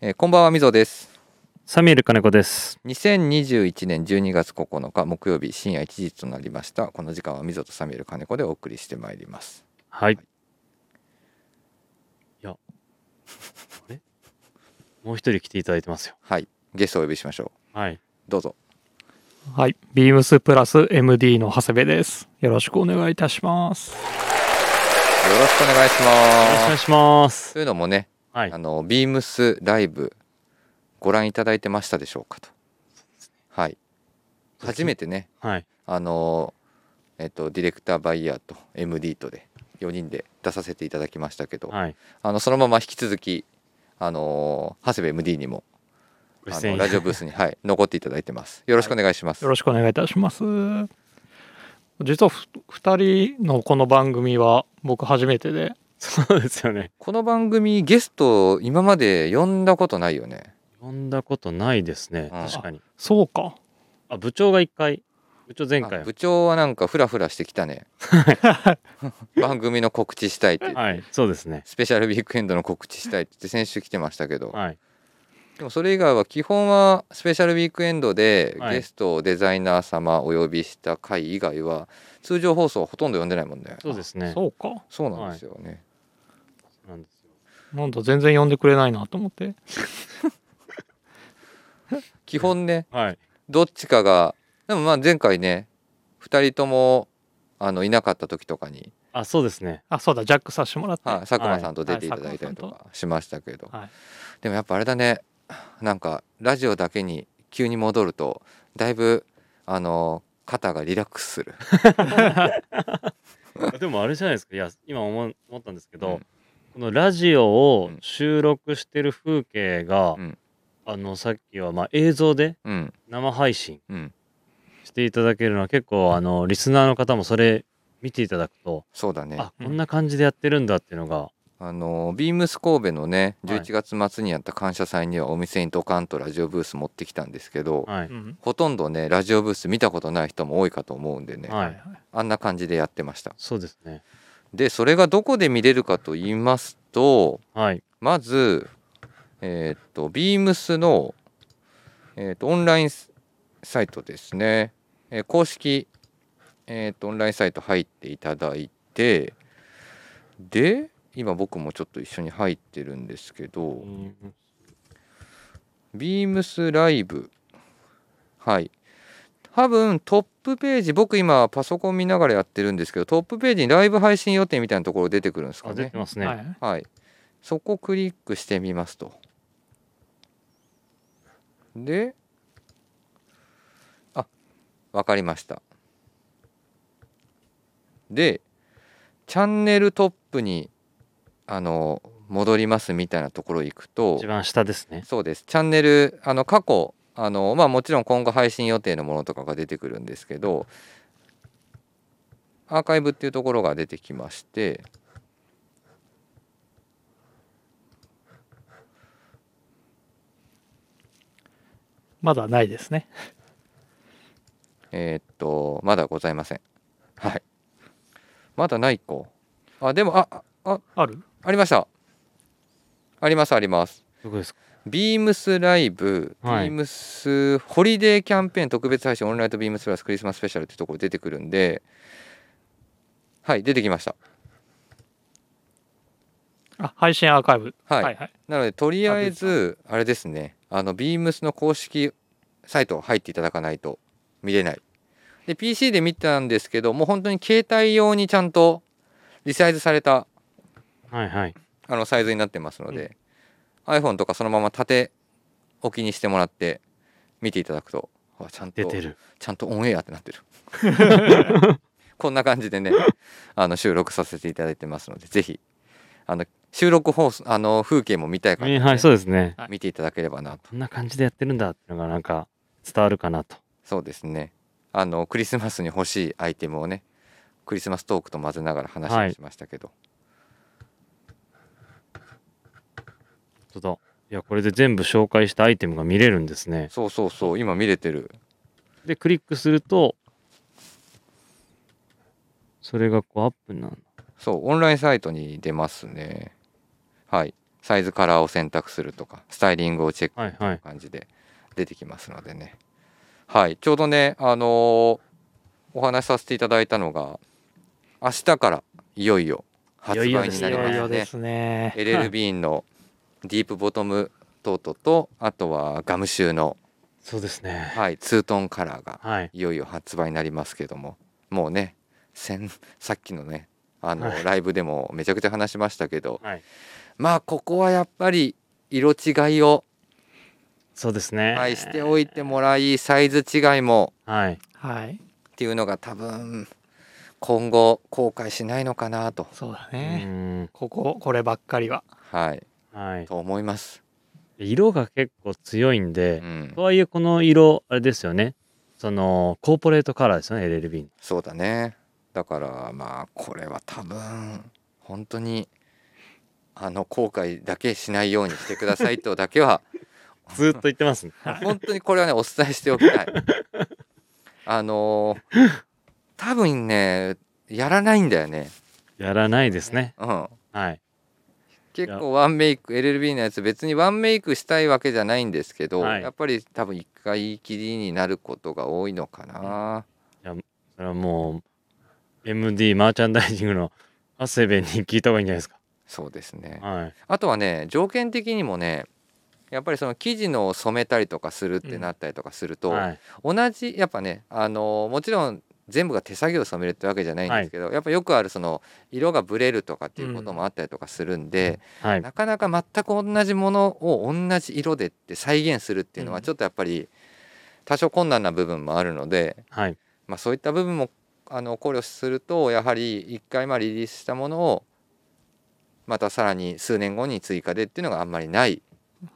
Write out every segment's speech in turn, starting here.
えーこんばんはみぞですサミュエル金子です。 2021年12月9日木曜日深夜1時となりましたこの時間はみぞとサミュエル金子でお送りしてまいりますはい。いや、あれ もう一人来ていただいてますよ。はいゲストをお呼びしましょはい。うどうぞはい、ビームスプラス MD の長谷部です。よろしくお願いいたします。よろしくお願いしよろしくお願まいすします。というのもね、はいあ。のビームスライブご覧いただいてましたでしょうかとはい初めてねはい。あのえっとディレクターバイヤーと MD とで4人で出させていただきましたけど、はい。あのそのまま引き続きあの長谷部 MD にもごあ出演のラいたジオブースに、はい、残っていただいてます。よろしくお願いします。よろしくお願いいたします。実はふ2人のこの番組は僕初めてで、そうですよね。この番組ゲスト今まで呼んだことないよね。呼んだことないですね。うん確かに。そうか。あ、部長が一回。部長前回あ。部長はなんかフラフラしてきた ね。番組の告知したいって、はい。そうですね。スペシャルウィークエンドの告知したいって言って先週来てましたけど、はい。でもそれ以外は基本はスペシャルウィークエンドではいゲストをデザイナー様お呼びした回以外は通常放送はほとんど呼んでないもんね。そうですね。そうか。そうなんですよね。なんですよ。なんだ、全然呼んでくれないなと思って。基本ね、はい。どっちかがでもまあ前回ね2人ともあのいなかった時とかに、あ、そうですね。あ、そうだ、ジャックさせてもらって。はい、佐久間さんと出ていただいたりとはい佐久か間しましたけど、はいでもやっぱあれだねなんかラジオだけに急に戻るとだいぶあの肩がリラックスする。 でもあれじゃないですか。いや、今思う思ったんですけうど、んこのラジオをうん収録してる風景が、うんあの、さっきはまあ映像でうん生配信うん、していただけるのは結構、あの、リスナーの方もそれ見ていただくと、そうだねあ、うんこんな感じでやってるんだっていうのが、あのビームス神戸のねはい11月末にやった感謝祭にはお店にドカンとラジオブース持ってきたんですけど、はい。うんほとんどねラジオブース見たことない人も多いかと思うんでね、はい。あんな感じでやってました。そうですね。でそれがどこで見れるかと言いますとはい。まずえーっとビームスの、えーっとオンラインサイトですね、えー公式、えーっとオンラインサイト入っていただいてで今僕もちょっと一緒に入ってるんですけどうんビームスライブはい多分トップページ僕今パソコン見ながらやってるんですけどトップページにライブ配信予定みたいなところ出てくるんですかあ、ね出てますうんね。はいはい、そこクリックしてみますと。で、あ、わかりました。で、チャンネルトップに、あの、戻りますみたいなところ行くと一、番下ですね。そうです、チャンネル、あの、過去、あの、まあもちろん今後配信予定のものとかが出てくるんですけど、アーカイブっていうところが出てきまして、まだないですね。えーっと、まだございません。はい。まだない子。あ、でも、あ、ああ、あるありました。あります、あります。どこですかビームスライブ、はビいームスホリデーキャンペーン特別配信オンラインとビームスプラスクリスマススペシャルってところ出てくるんで、はい、出てきました。あ、配信アーカイブ。はい。はいはい。なので、とりあえず、あれですね、あの、ビームスの公式サイト入っていただかないと見れない。で、PC で見たんですけど、もう本当に携帯用にちゃんとリサイズされたはいはい。あのサイズになってますので、iPhone とかそのまま縦置きにしてもらって見ていただくとあちゃん出とてる。ちゃんとオンエアってなってる こんな感じでねあの収録させていただいてますのでぜひあの収録放送あの風景も見たい方はね、はい、そうですね。見ていただければなとこんな感じでやってるんだっていうのがなんか伝わるかなと。そうですねあのクリスマスに欲しいアイテムをねクリスマストークと混ぜながら話はをいしましたけど、本当だ。いや、これで全部紹介したアイテムが見れるんですね。そうそうそう今見れてるで、クリックすると、それがこうアップになる。そう、オンラインサイトに出ますね。はい。サイズカラーを選択するとかスタイリングをチェックはいはい。感じで出てきますのでねはいちょうどねあのーお話しさせていただいたのが明日からいよいよ発売にいよないりよまですすねねいよいよですね。 LL ビーンのディープボトムトートとあとはガムシューの、そうですね。はい、ツートンカラーがはい。いよいよ発売になりますけどももうね先さっきのねあの、はいライブでもめちゃくちゃ話しましたけど、はいまあここはやっぱり色違いを、そうですね。はい、しておいてもらいサイズ違いもはい。はい。っていうのが多分今後後悔しないのかなとそうだうね。ん。こここればっかりは。はいはい。と思います。色が結構強いんうで、んと、はいえこの色、あれですよね。その、コーポレートカラーですよね、LLB の。そうだねだからまあこれは多分本当にあの後悔だけしないようにしてくださいとだけ はずーっと言ってますね。本当にこれはねお伝えしておき たいあのー多分ねやらないんだよねやらないですね。うんはい。結構ワンメイク LLB のやつ別にワンメイクしたいわけじゃないんですけど、はいやっぱり多分一回きりになることが多いのかな、それはもう、MD マーチャンダイジングの長谷部に聞いた方がいいんじゃないですか。そうですねはい。あとはね条件的にもねやっぱりその生地の染めたりとかするってなったりとかすると、はい。同じやっぱねあのもちろん全部が手作業で染めるってわけじゃないんですけど、やっぱよくあるその色がブレるとかっていうこともあったりとかするんで、はい。なかなか全く同じものを同じ色でって再現するっていうのはうんちょっとやっぱり多少困難な部分もあるので、はい。まあ、そういった部分もあの考慮するとやはり一回まあリリースしたものをまたさらに数年後に追加でっていうのがあんまりない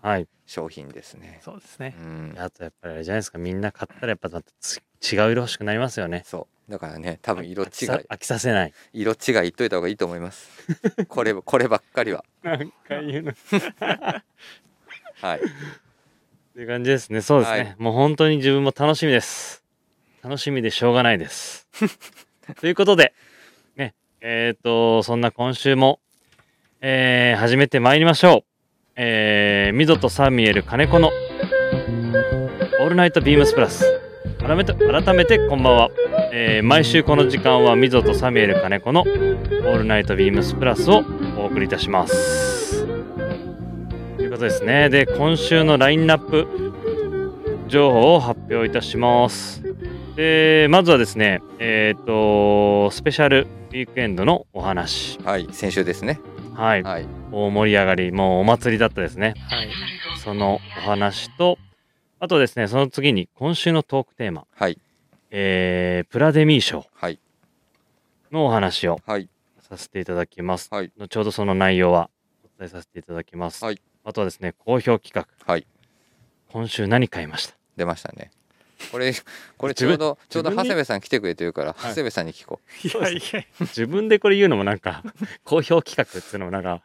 はい。商品ですね。そうですね。うんあとやっぱりあれじゃないですか。みんな買ったらやっぱだってつ違う色欲しくなりますよね。そうだからね多分色違い飽きさ飽きさせない。色違い言っといた方がいいと思います。 これこればっかりは。なんか言うの。っはい。ていう感じですね。そうですね。はいもう本当に自分も楽しみです。楽しみでしょうがな いです。ということで、ね、えっ、と、そんな今週も、えー始めてまいりましょう。えー、ミドとサミエル金子のオールナイトビームスプラス。改めて、改めてこんばんは。えー毎週この時間はミゾとサミュエル金子のオールナイトビームスプラスをお送りいたします。ということですね。で、今週のラインナップ情報を発表いたします。で、まずはですね、えっ、と、スペシャルウィークエンドのお話。はい。先週ですね。はい。はい。大盛り上がり、もうお祭りだったですね。はい。そのお話と、あとですね、その次に今週のトークテーマ、はい。えープラデミー賞はい。のお話をはい。させていただきます。はい後ほどその内容はお伝えさせていただきます。はいあとはですね、好評企画。はい。今週何買いました出ましたね。これ、これち自ょう分ど、ちょうど自分長に谷部さん来てくれてるから、い長谷部さんに聞こう。いやいや自分でこれ言うのもなんか、 好評企画っていうのもなんか、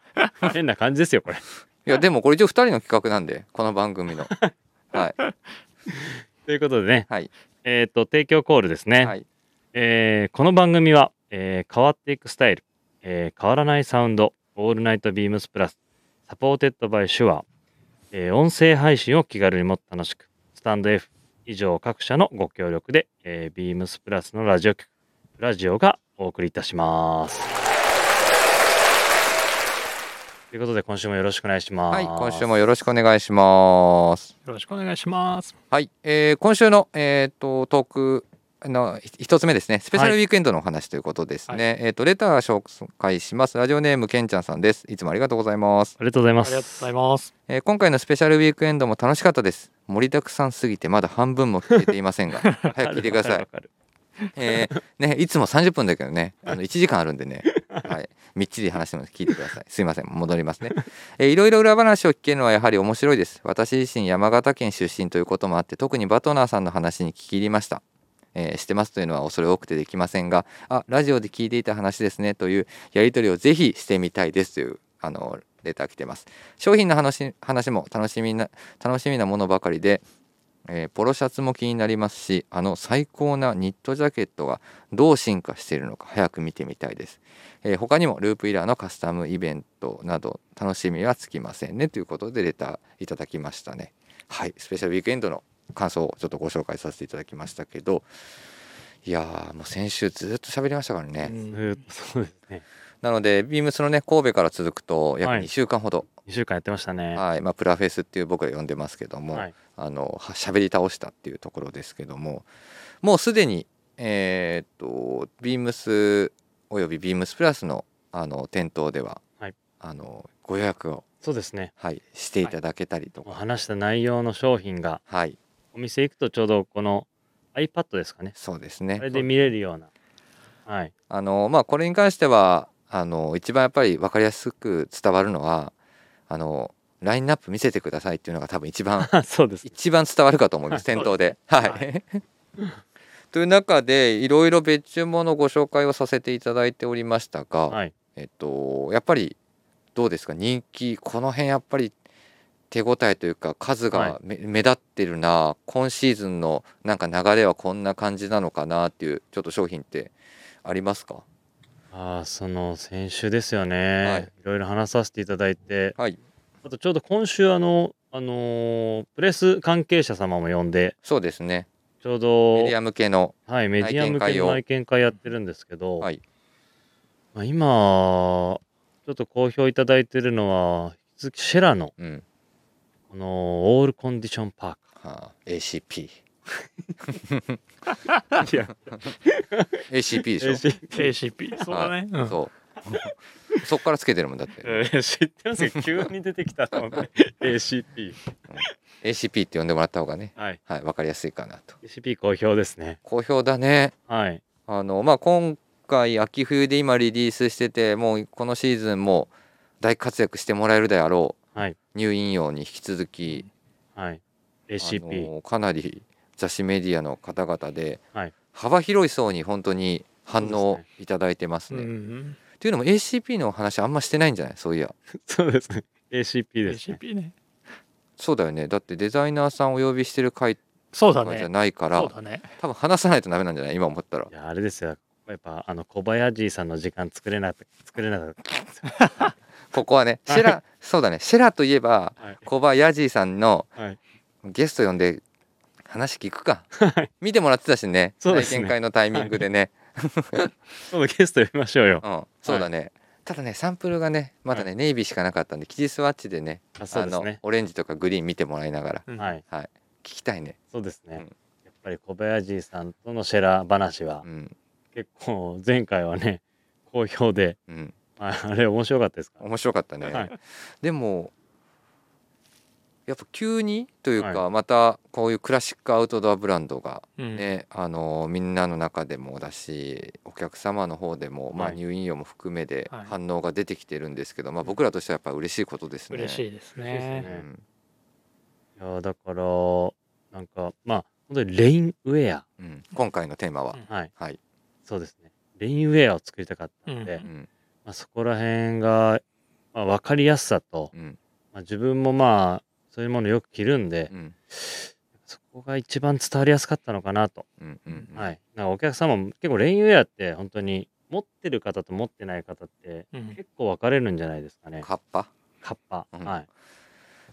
変な感じですよ、これ。いや、でもこれ一応二人の企画なんで、この番組 の。はい。ということでね、はい。えっ、と、提供コールですね。はい。えーこの番組は、えー変わっていくスタイル、えー変わらないサウンド、オールナイトビームスプラス、サポーテッドバイシュア、えー音声配信を気軽にもっと楽しく、スタンド F 以上各社のご協力で、えービームスプラスのラジオ局、ラジオがお送りいたします。ということで、今週もよろしくお願いします。はい。今週もよろしくお願いします。よろしくお願いします。はい。えー、今週の、えっ、と、トーク。のひ一つ目ですねスペシャルウィークエンドのお話ということですね、えっ、とレター紹介しますラジオネームけんちゃんさんですいつもありがとうございますありがとうございあまりがとうす。ございます。えー今回のスペシャルウィークエンドも楽しかったです盛りだくさんすぎてまだ半分も聞けていませんが早く聞いてくださわい、かるえーね、いつも30分だけどねあの1時間あるんでね、はい、みっちり話してます聞いてくださいすいません戻りますね、えーいろいろ裏話を聞けるのはやはり面白いです私自身山形県出身ということもあって特にバトナーさんの話に聞き入りましたえーしてますというのは恐れ多くてできませんがあラジオで聞いていた話ですねというやり取りをぜひしてみたいですというあのレター来てます商品の話話も楽しみな楽しみなものばかりでえーポロシャツも気になりますしあの最高なニットジャケットがどう進化しているのか早く見てみたいです、えー他にもループイラーのカスタムイベントなど楽しみはつきませんねということでレターいただきましたねはいスペシャルウィークエンドの感想をちょっとご紹介させていただきましたけどいやーもう先週ずっと喋りましたからね、ずーっとそうですね。なのでビームスのね神戸から続くと約はい2週間ほど、 2週間やってましたね。はいまあ、プラフェスっていう僕は呼んでますけども、はい。あのは喋り倒したっていうところですけどももうすでにえーっとビームスおよびビームスプラスのあの店頭では、はいあのご予約を、そうですね。はい、していただけたりとか、おはい話した内容の商品が、お店行くとちょうどこの iPad ですかね。そうですあれねで見れるような。 はい。あの、まあ、これに関してはあの一番やっぱり分かりやすく伝わるのはあのラインナップ見せてくださいっていうのが多分一番あそうです。一番伝わるかと思い ます店頭で。はい、 という中でいろいろ別注ものご紹介をさせていただいておりましたが、 はい。えっと、やっぱりどうですか人気この辺やっぱり手応えというか数はいがめ、目立ってるな今シーズンのなんか流れはこんな感じなのかなっていうちょっと商品ってありますかああ、その先週ですよはねい。いろいろ話させていただいて、はいあとちょうど今週あの、あのープレス関係者様も呼んで、そうですねちょうどメディア向けのはい、メディア内向見け会のを内見会やってるんですけど、はいまあ、今、ちょっと好評いただいてるのは、引き続きシェラの、うんこの、オールコンディションパはあ、ACP ーク。いや、 ACP でしょ ACP そうだね、うんそう。そっからつけてるもんだって。 知ってますけ ど、急に出てきたと思って、ACP。 ACP って呼んでもらった方がね、はい。はい、わかりやすいかなと。 ACP 好評ですね。好評だね。はい。あの、まあ、今回秋冬で今リリースしてて、もうこのシーズンも大活躍してもらえるであろう。はい入院用に引き続き、はい。あ ACP。のかなり雑誌メディアの方々で、はい幅広い層に本当に反そう応ですいただいてますうね。ん、っていうのも ACP の話あんましてないんじゃないそういや。そうですね。ACP ですね。 ACP ねそうだよね。だってデザイナーさんお呼びしてる回そうとだかじゃねないから、そうだね多分話さないとダメなんじゃない今思ったらいや、あれですよ。やっぱ、あの、小林さんの時間作れなく、作れなかっここはねシェラそうだねシェラといえばた。はい。コバヤジーさんのはい。ゲスト呼んで話聞くか見てもらってたしねそうで体すね験会のタイミングでね、今度ゲスト呼びましょうよ。うんそうだね、ただねサンプルがねまだね、ネイビーしかなかったんでキジスワッチでねあ、そうですのね。オレンジとかグリーン見てもらいながらうんはい。聞きたいねそうですね。うんやっぱり小林さんとのシェラ話はうん結構前回はね好評でうんああれ面白かったですから面白かったね、はいでもやっぱ急にというか、またこういうクラシックアウトドアブランドがうんね、あのみんなの中でもだしお客様の方でも、まあ、はい入院用も含めではい反応が出てきてるんですけど、まあ、僕らとしてはやっぱ嬉しいことですね。嬉しいです嬉しいでねすうねんいやだからなんかまあ本当にレインウェアうん今回のテーマは、うんはいはい、そうですねレインウェアを作りたかったんで、ううんまあ、そこら辺が、まあ、分かりやすさと、うんまあ、自分もまあそういうものよく着るんで、うんそこが一番伝わりやすかったのかなとうんうんうんはい、なんかお客様も結構レインウェアって本当に持ってる方と持ってない方ってうん結構分かれるんじゃないですかねカッパ、カッパ、うんはい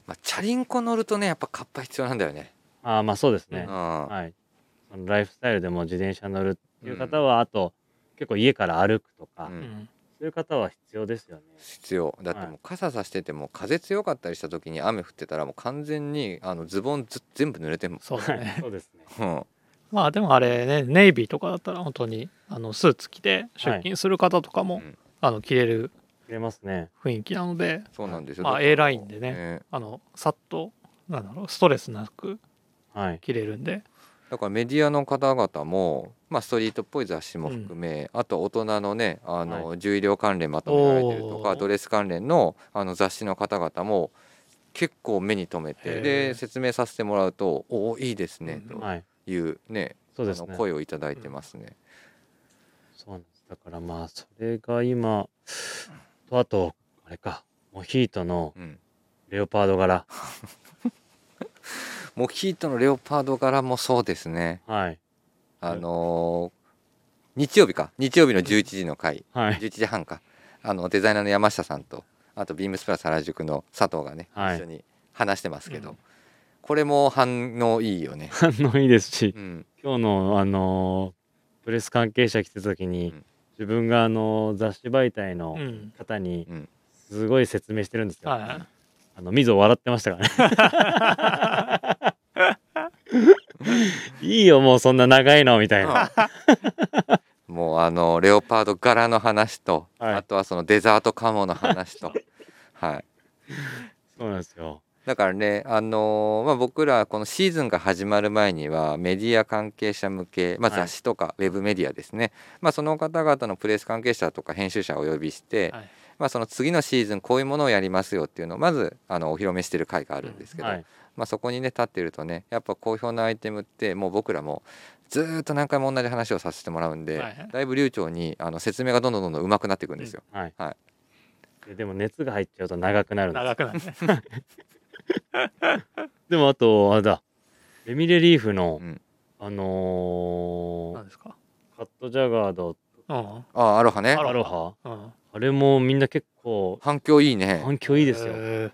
まあ、チャリンコ乗るとねやっぱカッパ必要なんだよね。あーまあそうですねうん、はいそのライフスタイルでも自転車乗るっていう方うんはあと結構家から歩くとか、うんうんそういう方は必要ですよね必要だってもう傘さしてても風強かったりした時に雨降ってたらもう完全にあのズボンず全部濡れてんもんそうはだいねそうですねうんまあでもあれねネイビーとかだったら本当にあのスーツ着て出勤する方とかも、はいうんあの着れる切れますね雰囲気なのでそうなんですよ。まあ A ラインでねねあのさっとなんだろうストレスなくはい着れるんで、だからメディアの方々も、まあ、ストリートっぽい雑誌も含め、あと大人のねあの、重量関連まとめられてるとおかードレス関連のあの雑誌の方々も結構目に留めへてーで説明させてもらうと「おおいいですね」うんとはいいうね,、そうであすのね声をいただいてますね。そうなんですだからまあそれが今とあとあれかモヒートのうんレオパード柄モヒートのレオパード柄もそうですねはい。あのー日曜日か日曜日の11時の回はい。 11時半かあのデザイナーの山下さんとあとビームスプラス原宿の佐藤がね、はい一緒に話してますけど、うんこれも反応いいよね、反応いいですしう、ん、今日の、あのープレス関係者来てた時に、うん自分が、あのー雑誌媒体うのん方にうん、すごい説明してるんですよ。はあの、みぞ笑ってましたからね。 いいよ、もうそんな長いの、みたいな。 もうあのレオパード柄の話と、はいあとはそのデザートカモの話とはいそうなんですよ。だからねあのーまあ、僕らこのシーズンが始まる前にはメディア関係者向け、まあ、はい雑誌とかウェブメディアですね、まあ、その方々のプレス関係者とか編集者をお呼びして、はいまあ、その次のシーズンこういうものをやりますよっていうのをまずあのお披露目してる回があるんですけど、はい。まあ、そこにね立ってるとねやっぱ好評なアイテムってもう僕らもずーっと何回も同じ話をさせてもらうんで、はいだいぶ流暢にあの説明がどんどんどんどん上手くなっていくんですよ。はい。はででも、熱が入っちゃうと長くなるんいです長くなるねでもあとあれだレミレリーフの、うんあの何ーですかカットジャガードうんああアロハねアアロハうんあれもみんな結構反響いいね。反響いいですよ、へ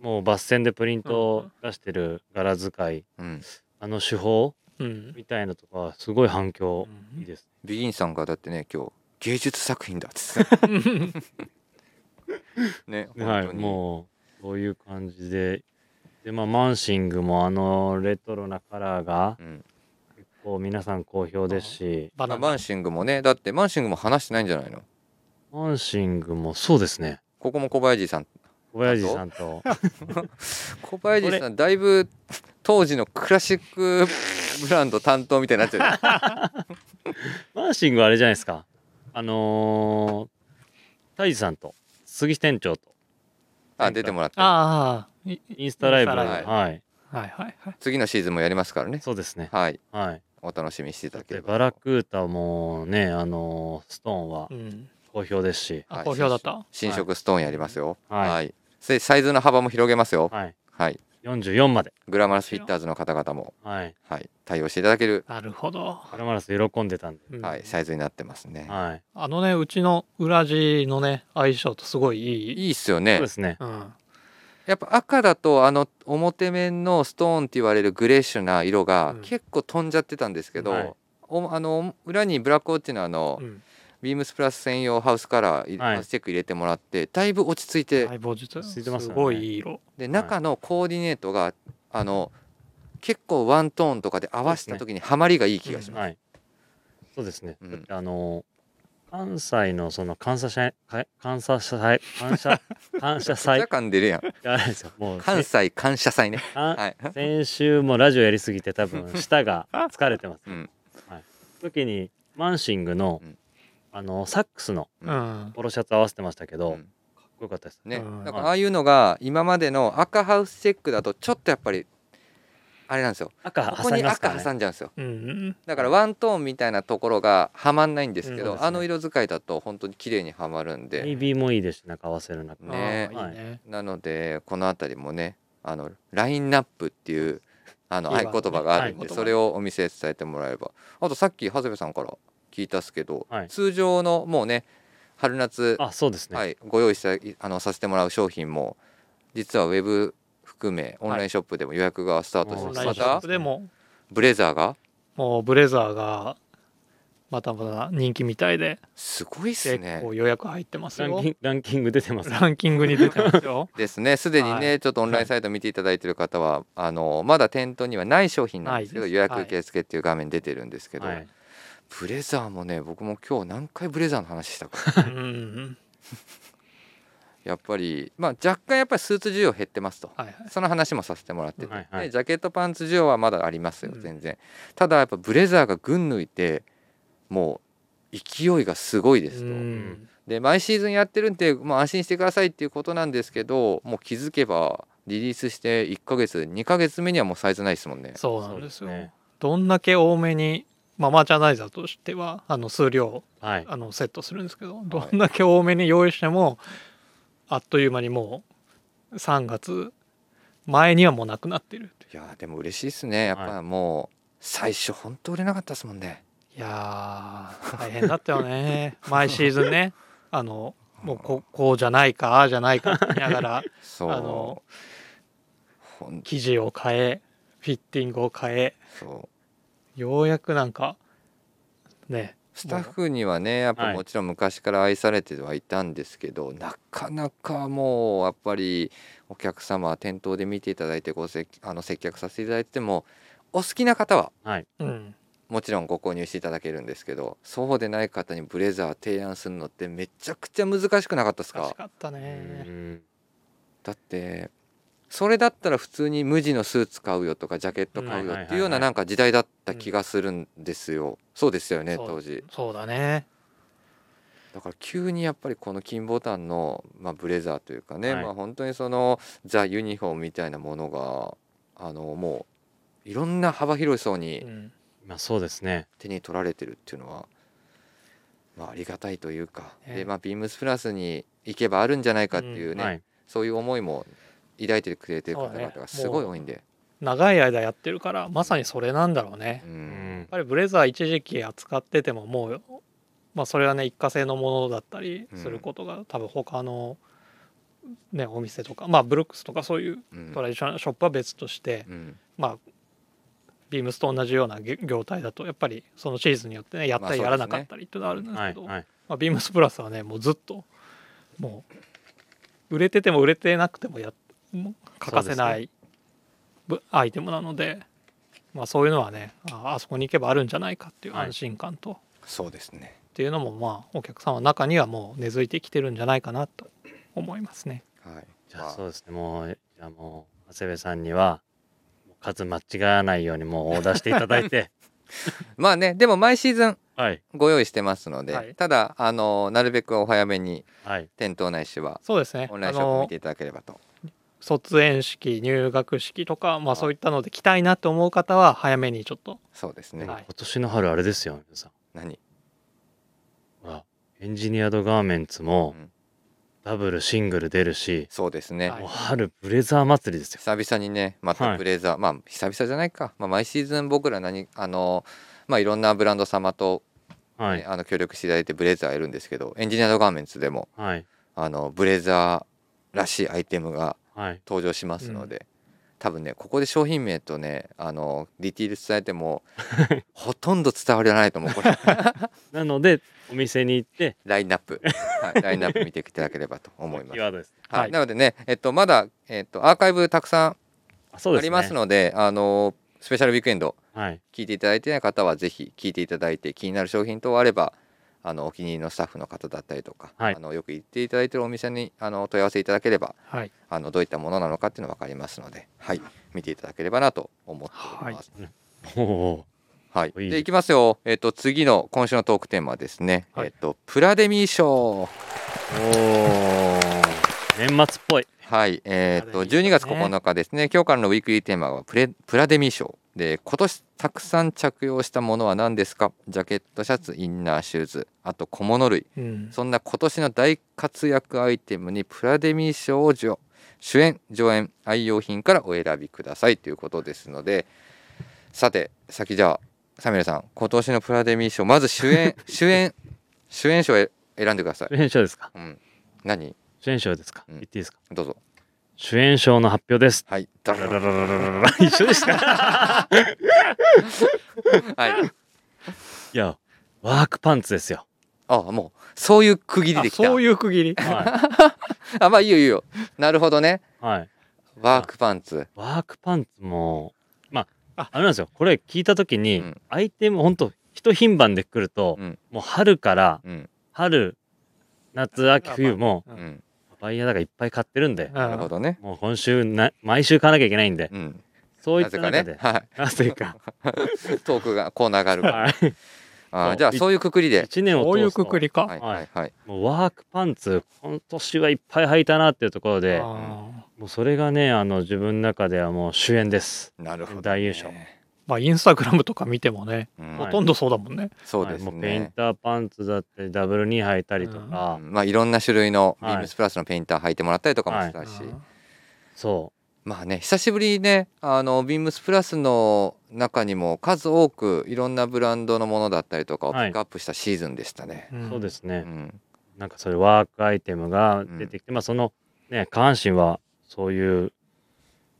もう抜線でプリントを出してる柄使いうん、あの手法ーうんみたいなとかすごい反響いいです、ビギンさんがだってね今日芸術作品だっつって ね本当に、はいもうそういう感じででまあマンシングもあのレトロなカラーがうん、結構皆さん好評ですしバあナマナンシングもねだってマンシングも話してないんじゃないのマンシングもそうですねここも小林さん小林さんと 小林さんだいぶ当時のクラシックブランド担当みたいになっ ちゃうじゃんマンシングはあれじゃないですか。あのー、タイジさんと、杉支店長と、あ出てもらってああいインスタライブ、インスタライブはい、はいはいはい次のシーズンもやりますからねそうですね。はいはい。お楽しみにしていただけで、れバばラクータもね、あのーストーンはうん好評ですし、はあい好評だった新色ストーンやりますよはいいせサイズの幅も広げますよはい。はい44まで、グラマラスフィッターズの方々もはい。はい対応していただけるなるほどカラマラス喜んでたんで、うんはいサイズになってますねはい。あのねうちの裏地のね相性とすごいいいいいっすよそうねですね。うんやっぱ赤だとあの表面のストーンって言われるグレッシュな色がうん結構飛んじゃってたんですけど、はいおあの裏にブラックウォッチのあの、うんビームスプラス専用ハウスカラーいはいハウスチェック入れてもらってだいぶ落ち着いて、細胞術ついてますよねごいいい色で中のコーディネートがあの結構ワントーンとかで合わせた時にハマりがいい気がします。はい。そうですね。うんだってあのー関西のその感謝祭、か感謝祭、感謝、感謝じ祭ゃあ噛んでるやん。ってあれですよ。もう、関西感謝祭ね。かんはい。先週もラジオやりすぎて多 分舌が疲れてます、うんはい、時にマンシングの、うんあのサックスのううんんポロシャツ合わせてましたけうど、んかっこよかったですねうん。だからああいうのが今までの赤ハウスチェックだとちょっとやっぱりあれなんですよ。赤ここ挟みにます赤から挟ねんじゃうんですよ。うんだからワントーンみたいなところがはまんないんですけうんそうど、ですねあの色使いだと本当に綺麗にはまるんで。ネイビーもいいですしなんか合わせる中、うんねあーいいねなのでこの辺りもねあのラインナップっていうあのいいわ合言葉があるんはでいそれをお店へ伝えてもらえばあとさっき長谷部さんから聞いたっすけど、はい通常のもうね春夏、あそうですね、はい、ご用意したあのさせてもらう商品も実はウェブ含めオンラインショップでも予約がスタートしてオまンす、ライまンショッたプでもブレザーがもうブレザーがまたまた人気みたいですごいっす結ね構予約入ってますランよキンランキング出てますランキングに出てま すよですねすでにね、はちょっとオンラインサイト見ていただいてる方はあのまだ店頭にはない商品なんですけどないです予約はい受付っていう画面出てるんですけど、はい、ブレザーもね僕も今日何回ブレザーの話したかうんやっぱりまあ若干やっぱりスーツ需要減ってますとはいはいその話もさせてもらってて、はいはいでジャケットパンツ需要はまだありますようん全然、ただやっぱブレザーが群抜いてもう勢いがすごいですうと、んで毎シーズンやってるんでもう安心してくださいっていうことなんですけどもう気づけばリリースして1ヶ月2ヶ月目にはもうサイズないですもんねそうなんですそうよですねどんだけ多めにまあマーチャンダイザーとしてはあの数量はい、あのセットするんですけどどんだけ多めに用意してもあっという間にもう3月前にはもうなくなってるっいてやーでも嬉しいですねやっぱもう最初本当売れなかったですもんねいやー大変だったよ ね毎シーズンねあのもうここうじゃないかああじゃないかって言いながらそうあのほん生地を変えフィッティングを変えそうようやくなんかねスタッフにはねやっぱはいもちろん昔から愛されてはいたんですけど、なかなかもうやっぱりお客様店頭で見ていただいてごせあの接客させていただいててもお好きな方はうんもちろんご購入していただけるんですけどそうでない方にブレザー提案するのってめちゃくちゃ難しくなかったです難かしかったうねんだってそれだったら普通に無地のスーツ買うよとかジャケット買うよっていうよううんはいはいはいはないなんか時代だった気がするんですよ、そうですよねそう当時そうだねだから急にやっぱりこの金ボタンの、まあ、ブレザーというかね、はいまあ、本当にそのザ・ユニフォームみたいなものがあのもういろんな幅広い層うにんまあそうですね。手に取られてるっていうのは、まあ、ありがたいというか、ねでまあ、ビームスプラスに行けばあるんじゃないかっていうね、はい。そういう思いも抱いてくれてる方そうね々がすごい多いんで。長い間やってるからまさにそれなんだろうねううんんやっぱりブレザー一時期扱っててももう、まあ、それはね一過性のものだったりすることが、多分他の、ね、お店とか、まあ、ブルックスとかそういううんトラディショナルショップは別として、うんまあビームスと同じようなげ業態だとやっぱりそのシーズンによってねやっまたあそりうでやすねらなかったりっていうのはあるんですはけい。ど、はい。まあ、ビームスプラスはねもうずっともう売れてても売れてなくてもやもう欠かせなそういぶアイテムなのでまあ、そういうのはねああそこに行けばあるんじゃないかっていうはい安心感と、っそうですねていうのもまあお客さんの中にはもう根付いてきてるんじゃないかなと思いますね。はいじゃまああそうですね。もう、じゃあもう、長谷部さんには、数間違わないようにもうオーダーしていただ いて。まあねでも毎シーズンはい。ご用意してますので、はいただあのなるべくお早めにはい。店頭ないしはそうですねオあンラインショップ見のていただければと卒園式入学式とか、まああ、そういったので着たいなと思う方は早めにちょっとそうですね、でもはい今年の春あれですよ、皆さん。何ほら、エンジニアドガーメンツもうん、ダブル、シングル出るし、そうですね、はいもう春ブレザー祭りですよ。久々にねまはたいブレザー、まあ久々じゃないか、まあ、毎シーズン僕ら何あのまあいろんなブランド様とね、はい。あの協力していただいてブレザーやるんですけどエンジニアドガーメンツでもはい。あのブレザーらしいアイテムがはい。登場しますので、多分ねここで商品名とねあのディティール伝えてもほとんど伝わらないと思う これなので、お店に行って、ラインナップ、はい、ラインナップ見ていただければと思いまキーす。ワードです。は、はいいなのでね、えっと、まだ、えっと、アーカイブたくさあそうんであすね。りますのであのスペシャルウィークエンドはい。聞いていただいてない方はぜひ聞いていただいて気になる商品等あればあのお気に入りのスタッフの方だったりとか、はいあのよく行っていただいてるお店にあのお問い合わせいただければはい、あのどういったものなのかっていうの分かりますので、はい、見ていただければなと思っております。おおはい、いいでいきますよ、えっと、次の今週のトークテーマはですね、はいえっと、プラデミー賞。年末っぽい。はい、えー、とプラデミ12ー賞ね月9日ですね今日からのウィークリーテーマはプレプラデミー賞で今年たくさん着用したものは何ですかジャケットシャツインナーシューズあと小物類うん、そんな今年の大活躍アイテムにプラデミー賞を授与主演上演愛用品からお選びくださいということですのでさて先じゃあサミュエルさん今年のプラデミー賞まず主演主演主演賞をえ選んでください主、演賞ですかうん、何主演賞ですか、うん言っていいですかどうぞ主演賞の発表です。はいダラララララララララ 一緒ですかはいいや、ワークパンツですよ。ああもうそういう区切りできたあそういう区切りはあまあいいよいいよなるほどねい。はい、ワークパンツワークパンツも、まああ、あれなんですよ。これ聞いたときに、うんアイテム、ほんと、一品番で来ると、うんもう春から、うん春、夏、秋、冬も、ううんんバイヤーだからいっぱい買ってるんで、 なるほどねもう今週な、毎週買わなきゃいけないんで、うんそういなったぜか中でね、はなぜか。いトークがコーナーがあるからはい。あーじゃあそういうくくりで一年を通すとこういうくくりか、はいはいはいもうワークパンツ今年はいっぱい履いたなっていうところであーもうそれがねあの自分の中ではもう主演です、なるほどね大優勝まあインスタグラムとか見てもね、うんはいほとんどそうだもんね、そうですはいもうペインねターパンツだったりダブルに履いたりとか、うんまあいろんな種類のビはいームスプラスのペインター履いてもらったりとかもしたしうんそまあね久しぶりにねあのビームスプラスの中にも数多くいろんなブランドのものだったりとかをピはいックアップしたシーズンでしたね。んそうですうね。んなんかそういうワークアイテムが出てきて、まあそのね、下半身はそういう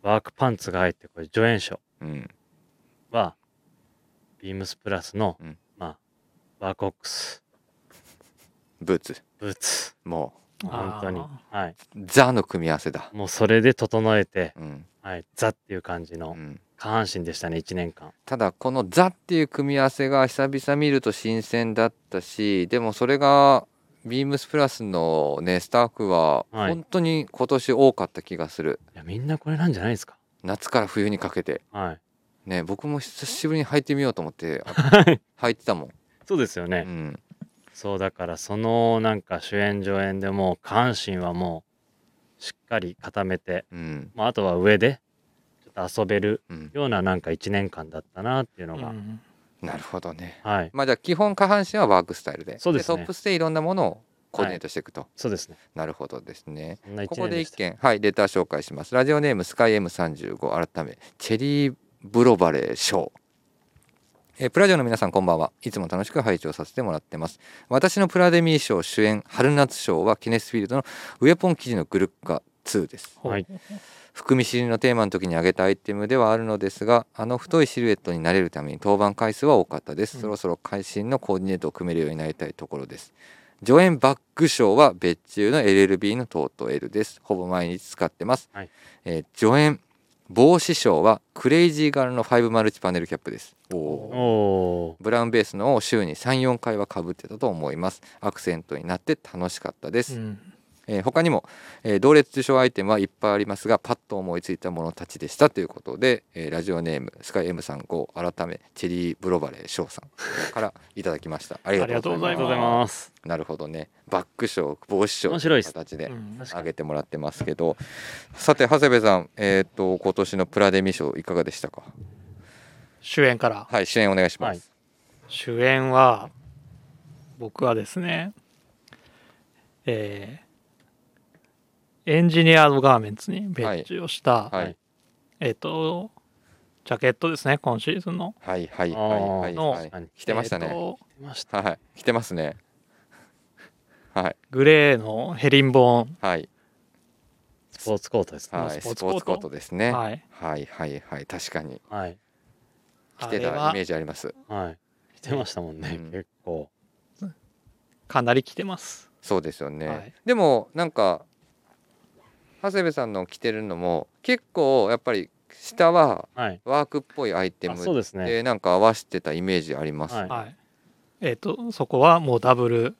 ワークパンツが入って、これ助演書うんは、ビームスプラスの、うんまあ、ワークオックス、ブーツブーツ、もあー本当に。はい。うザの組み合わせだ。もうそれで整えて、うんはい、ザっていう感じうのん、下半身でしたね、1年間。ただこのザっていう組み合わせが久々見ると新鮮だったしでもそれがビームスプラスのねスタッフははい本当に今年多かった気がする、いや、みんなこれなんじゃないですか。夏から冬にかけてはい。ね僕も久しぶりに履いてみようと思ってあ履いてたもん。そうですよね。うんそうだからそのなんか主演上演でもう下半身はもうしっかり固めて、うんまあ、あとは上でちょっと遊べるうん、ようななんか1年間だったなっていうのが、うんなるほどね。はいまあじゃあ基本下半身はワークスタイルでそうですねトップスでいろんなものをコーディネートしていくと、そうですねなるほどですね。そんな1ここ年でで一した件はいレター紹介しますラジオネームスカイ M35 改めチェリーブロバレーショーえープラジオの皆さんこんばんはいつも楽しく拝聴させてもらってます私のプラデミー賞主演春夏賞はケネスフィールドのウェポン記事のグルッカ2ですはい含み知りのテーマの時に挙げたアイテムではあるのですがあの太いシルエットになれるために登板回数は多かったです、うんそろそろ会心のコーディネートを組めるようになりたいところです助演バッグ賞は別注の LLB のトート L ですほぼ毎日使ってます、はいえー助演防止賞はクレイジー柄の5マルチパネルキャップですおおブラウンベースのを週に34回はかぶってたと思いますアクセントになって楽しかったです、うんえー他にも、えー同列受賞アイテムはいっぱいありますがパッと思いついたものたちでしたということで、えーラジオネームスカイ M さん5改めチェリーブロバレー翔さん からいただきましたありがとうごーざありいがとますうございますなるほどねバック賞帽子賞面と白いいうっす形でうん確か挙げてもらってますけどさて長谷部さんえっ、と今年のプラデミ賞いかがでしたか主演からはい主演お願いします、はい主演は僕はですねえーエンジニアードガーメンツに別注をした、はいはいえっ、とジャケットですね今シーズンのはいはいはいあーはい確はかいに来てましたえーね、と出ましたはい来てますねはいグレーのヘリンボーン、はいスポーツコートですねはいスポスーツポコートーツコートですねはいはいはいはい確かにはい着あてれたはイメージありますはい来てましたもんね、うん結構かなり着てますそうですよね、はいでもなんか長谷部さんの着てるのも結構やっぱり下ははいワークっぽいアイテあムそうですねでなんか合わせてたイメージありますははいい、はいえっ、とそこはもう WRL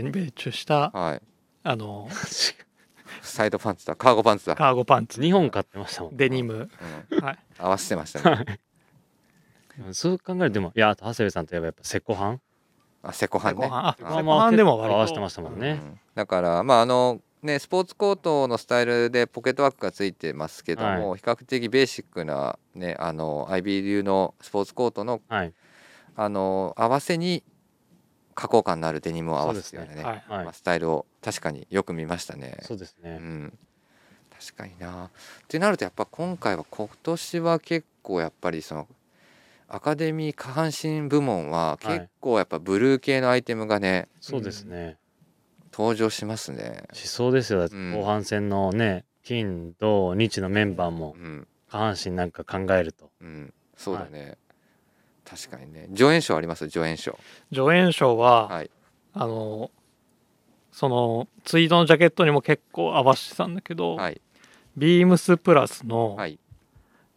に別注したあのサイドパンツだカーゴパンツだ、カーゴパンツ2本買ってましたもんデニムうはいん、合わせてました ねそう考えるとでもいやあと長谷部さんといえばやっぱセコハンあセコハンごね飯あセコハンご飯でも合割とわせてましたもんうね、んだからまああのねスポーツコートのスタイルでポケットワークがついてますけども、比較的ベーシックなねあの IB 流のスポーツコートのはいあの合わせに加工感のあるデニムを合わせたようなねはいはいまあ、スタイルを確かによく見ましたね。そうですうね、ん、確かにな。ってなるとやっぱ今回は今年は結構やっぱりそのアカデミー下半身部門ははい結構やっぱブルー系のアイテムがねそうですね、登場しますね。しそうですよだってうん後半戦のね、金土日のメンバーもうん、下半身なんか考えるとうん、そうだね。確かにね。助演賞あります助演賞。助演賞は、はいあのそのツイートのジャケットにも結構合わせてたんだけど、はいビームスプラスの、はい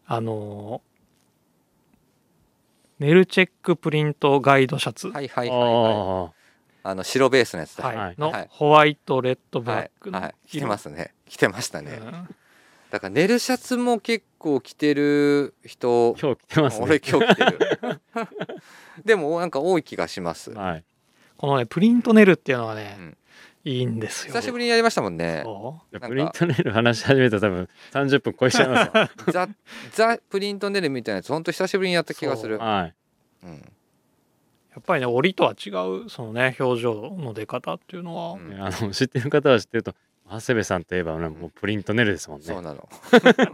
あのネルチェックプリントガイドシャツ、はいはいはい、はい。ああの白ベースのやつだ。はいはいの、はいホワイトレッドブはラッい、クの、はい、来てますね来てましたね、うんだから寝るシャツも結構着てる人あ今日来てます ね俺今日着 てるでもなんか多い気がします、はいこのねプリントネルっていうのはね、うんいいんですよ久しぶりにやりましたもんねそいやなんかプリントネイル話し始めたら多分30分超えちゃいますよ ザ・ザ・プリントネルみたいなやつほんと久しぶりにやった気がするう、はいん、うやっぱりね折とは違うそのね表情の出方っていうのは、うんね あの知ってる方は知ってると長谷部さんといえばねもうプリントネイルですもんねそうなの確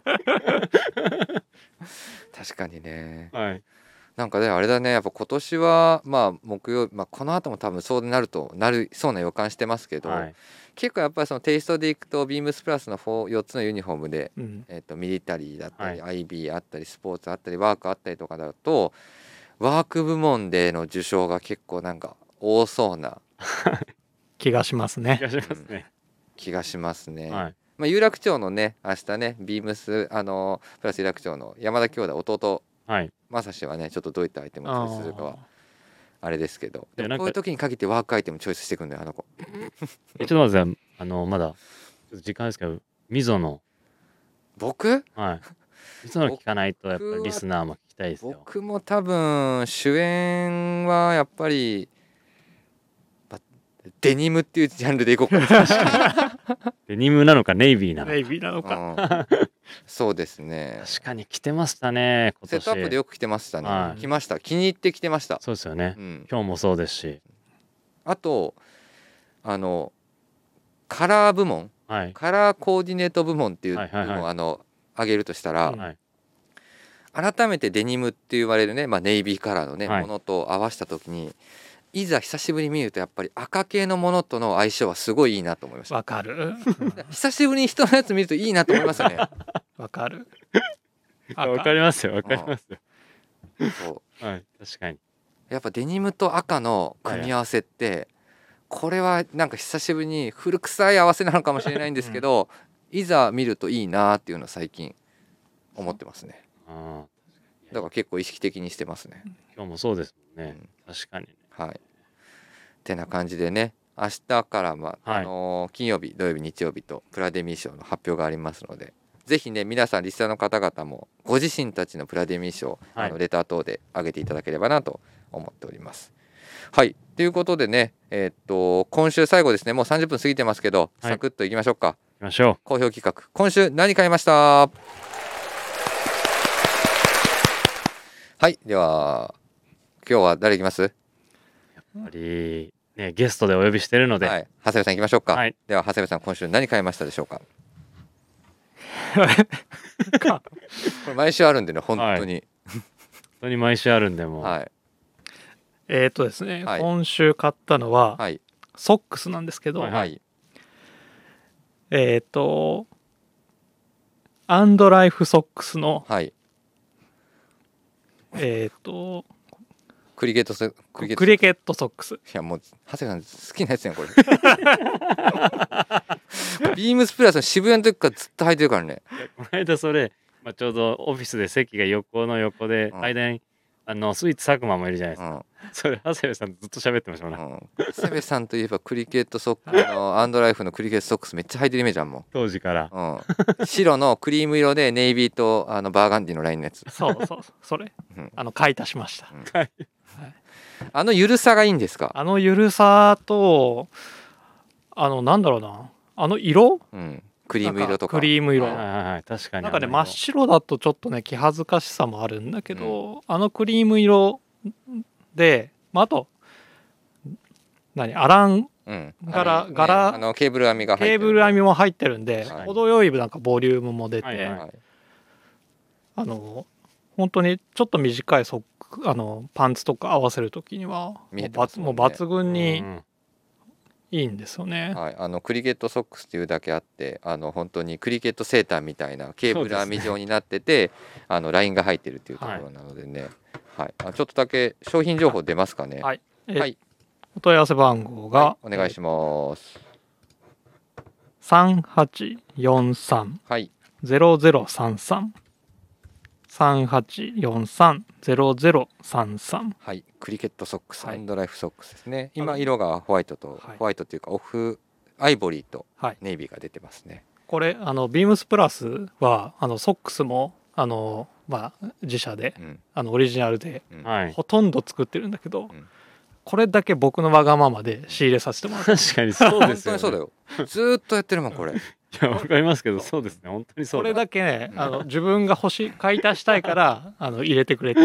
かにねはい。なんかねあれだねやっぱ今年はまあ木曜日、まあ、この後も多分そうなるとなるそうな予感してますけど、はい。結構やっぱりそのテイストでいくとビームスプラスの 4, 4つのユニフォームで、うん、えっとミリタリーだったり、IB あったりスポーツあったりワークあったりとかだとワーク部門での受賞が結構なんか多そうな気がしますいね。らっしゃいますね。気がしますね。はい。まあ、有楽町のね明日ねビームスあのプラス有楽町の山田兄弟弟はい。正志はねちょっとどういったアイテムをチョイスするかはあれですけどいやでなもこんかういう時に限ってワークアイテムチョイスしてくんだよあの子えちょっと待ってください。あの、まだ、ちょっと時間ですけど、溝の、僕 はい。溝の聞かないと、やっぱりリスナーも聞きたいですよ。僕も多分主演はやっぱり、まデニムっていうジャンルでいこうかなデニムなのか、ネイビーなのか。ネイビーなのか。うんそうですね確かに着てましたね、今セ年。ットアップでよく着てましたね、はい着ました気に入って着てました、そうですよねう。ん、今日もそうですし。あとあのカラー部門はい。カラーコーディネート部門っていうのを、はいはいはいあの挙げるとしたら、うんはい。改めてデニムって言われるね、まあ、ネイビーカラーのね、はいものと合わせた時にいざ久しぶりに見るとやっぱり赤系のものとの相性はすごいいいなと思いましたわかる。久しぶりに人のやつ見るといいなと思いましたねわ かる。わかりますよ、わかりますよ。そはい。確かに。うやっぱデニムと赤の組み合わせって、これはなんか久しぶりに古臭い合わせなのかもしれないんですけど、いざ見るといいなっていうのを最近思ってますねああ。だから結構意識的にしてますね今日もそうですもんねうん。確かにね。はい。ってな感じでね、明日から、まあはいあのー金曜日、土曜日、日曜日とプラデミー賞の発表がありますので、ぜひね、皆さん、リスナーの方々も、ご自身たちのプラデミー賞、はあいのレター等で上げていただければなと思っております。はい。ということでね、えーっと、今週最後ですね、もう30分過ぎてますけど、はいサクッといきましょうか。行きましょ好評企画今週何買いましたはいでは今日は誰いきますう。やっぱり、ね、ゲストでお呼びしてるので、はい、長谷部さん行きましょうか、はいでは長谷部さん今週何買いましたでしょうかこれ毎週あるんでね本当に本当に毎週あるんでもう、はいえっ、とですね、はい今週買ったのは、はいソックスなんですけど、はいはいえっ、とアンドライフソックスのはいえっ、とクリケットスクリケットクリケットソックスいやもう長谷部さん好きなやつやんこれ ビームスプラスの渋谷の時からずっと履いてるからねこの間それ、まあ、ちょうどオフィスで席が横の横で、うん間にあのスイーツ佐久間もいるじゃないうですか、んそれ長谷部さんずっと喋ってましたもんね、うん長谷部さんといえばクリケットソックスのアンドライフのクリケットソックスめっちゃ履いてるイメージあんもん当時からうん、白のクリーム色でネイビーとあのバーガンディのラインのやつ、そうそ うそうそれうんあの買い足しましたあのゆるさがいいんですか、あのゆるさとあのなんだろうなあの色うん、クリーム色とかなんクリーム色はいはいはい確かになんかねあの真っ白だとちょっとね気恥ずかしさもあるんだけど、あのクリーム色で、まあ、あと何アランうん、柄あのね柄あのケーブル編みが入ってケーるブル編みも入ってるんではい程よいなんかボリュームも出て、はいはいはいあの本当にちょっと短いソックあのパンツとか合わせる時には見えてもうま抜すもんねもう抜群うにんいいんですよね。はい、あのクリケットソックスっていうだけあってあの本当にクリケットセーターみたいなケーブル編み状になってて、あのラインが入ってるっていうところなのでね、はいあちょっとだけ商品情報出ますかね、はいえはいお問い合わせ番号が、お願いします、三八四三はいゼロゼロ三三三八四三ゼロゼロ三三はい、クリケットソックス、はいアンドライフソックスですね。あ今の色がホワイトと、はいホワイトというかオフアイボリーとはいネイビーが出てますね。これあのビームスプラスはあのソックスもあのまあ自社でうん、あのオリジナルでうんはいほとんど作ってるんだけど、んこれだけ僕のわがままで仕入れさせてもらって確かにそう本です当よ、にね、そうだよ。ずーっとやってるもんこれ。いやわかりますけどそうですね本当に そこうだれだけねうんあの自分が欲しい買い足したいからあの入れてくれて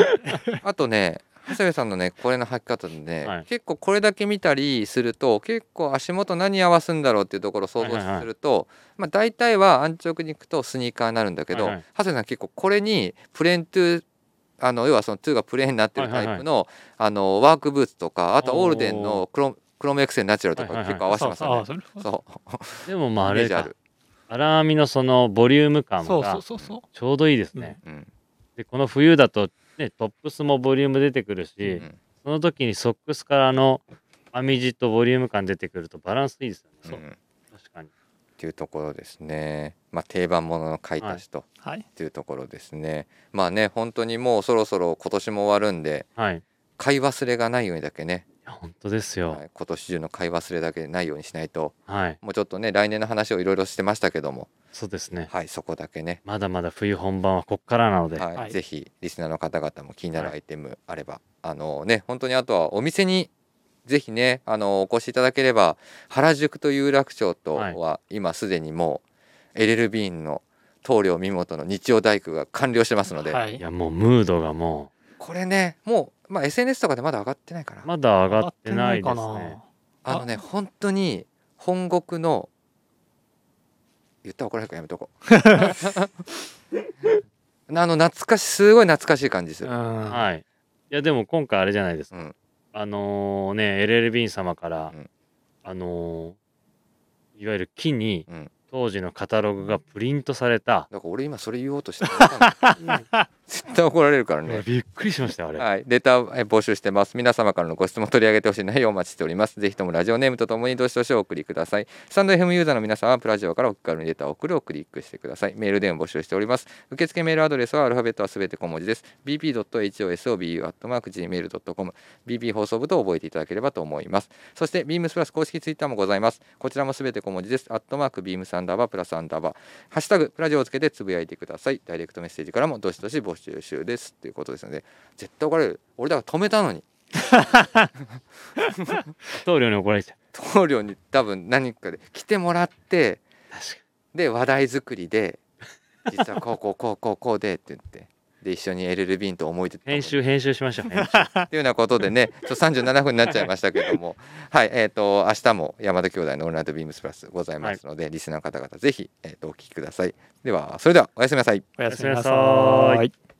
あとね、長谷部さんのねこれの履き方でね、はい結構これだけ見たりすると、結構足元何合わすんだろうっていうところを想像はいはいはいすると、まあ大体は安直に行くとスニーカーになるんだけど、はいはい長谷部さん結構これにプレントゥーあの要はその2がプレーンになってるタイプの,、あのワークブーツとかあとはオールデンのクロクロムエクセンナチュラルとかはいはいはい結構合わせてますよね。そうそうそでもう、まああイメーれジあかる。荒編みのそのボリューム感そうそうがそうそうちょうどいいですね、うんでこの冬だと、ね、トップスもボリューム出てくるし、うんその時にソックスからあの編み地とボリューム感出てくるとバランスいいですよね、うん、っ確かにていうところですね。まあ定番ものの買い足しと、はいっていうところですね。まあね本当にもうそろそろ今年も終わるんではいい買い忘れがないようにだけね、や本当ですよはい今年中の買い忘れだけないようにしないとはい、もうちょっとね来年の話をいろいろしてましたけども、そうですねはいそこだけね、まだまだ冬本番はこっからなので、はいはいぜひリスナーの方々も気になるアイテムあれば、あのね本当にあとはお店にぜひねあのお越しいただければ原宿と有楽町とはい、は今すでにもうエレルビーンの棟梁見元の日曜大工が完了してますので、はいいやもうムードがもこれねもう、まあ、SNS とかでまだ上がってないかな、うまだ上上がってないですねあのね本当に本国の言ったら怒られるからやめとこう あの懐かしいすごい懐かしい感じすうる、んはいはいいやでも今回あれじゃないですか、うんあのーねエレルビン様から、うんあのーいわゆる木にうん、当時のカタログがプリントされた、だから俺今それ言おうとしてた絶対怒られるからねびっくりしましたよあれ、はい、レターえ募集してます。皆様からのご質問取り上げてほしい内容をお待ちしております。ぜひともラジオネームとともにどしどしお送りください。スタンド FM ユーザーの皆さんはプラジオからお気軽にレターを送るをクリックしてください。メールでも募集しております。受付メールアドレスはアルファベットはすべて小文字です。bp.hosobu.gmail.com bp 放送部と覚えていただければと思います。そして beams プラス公式ツイッターもございます。こちらもすべて小文字です。アットマーク beams アンダーバープラスアンダーバーハッシュタグプラジオをつけてつぶやいてください。ダイレクトメッセージからもどしどし募集中ですということですので絶対怒られる俺だから止めたのに棟梁に怒られちゃう棟梁に多分何かで来てもらって確かで話題作りで実はこうこうこうこうこうでって言ってで一緒に LL ビンと思い出に編っ集編集しましょう編集ていうようなことで ねちょっと37分になっちゃいましたけどもはいえっ、と明日も山田兄弟のオンライトビームスプラスございますので、リスナーの方々ぜひ、えー、とお聞きくださいではそれではおやすみなさいおやすみなおやすみなささい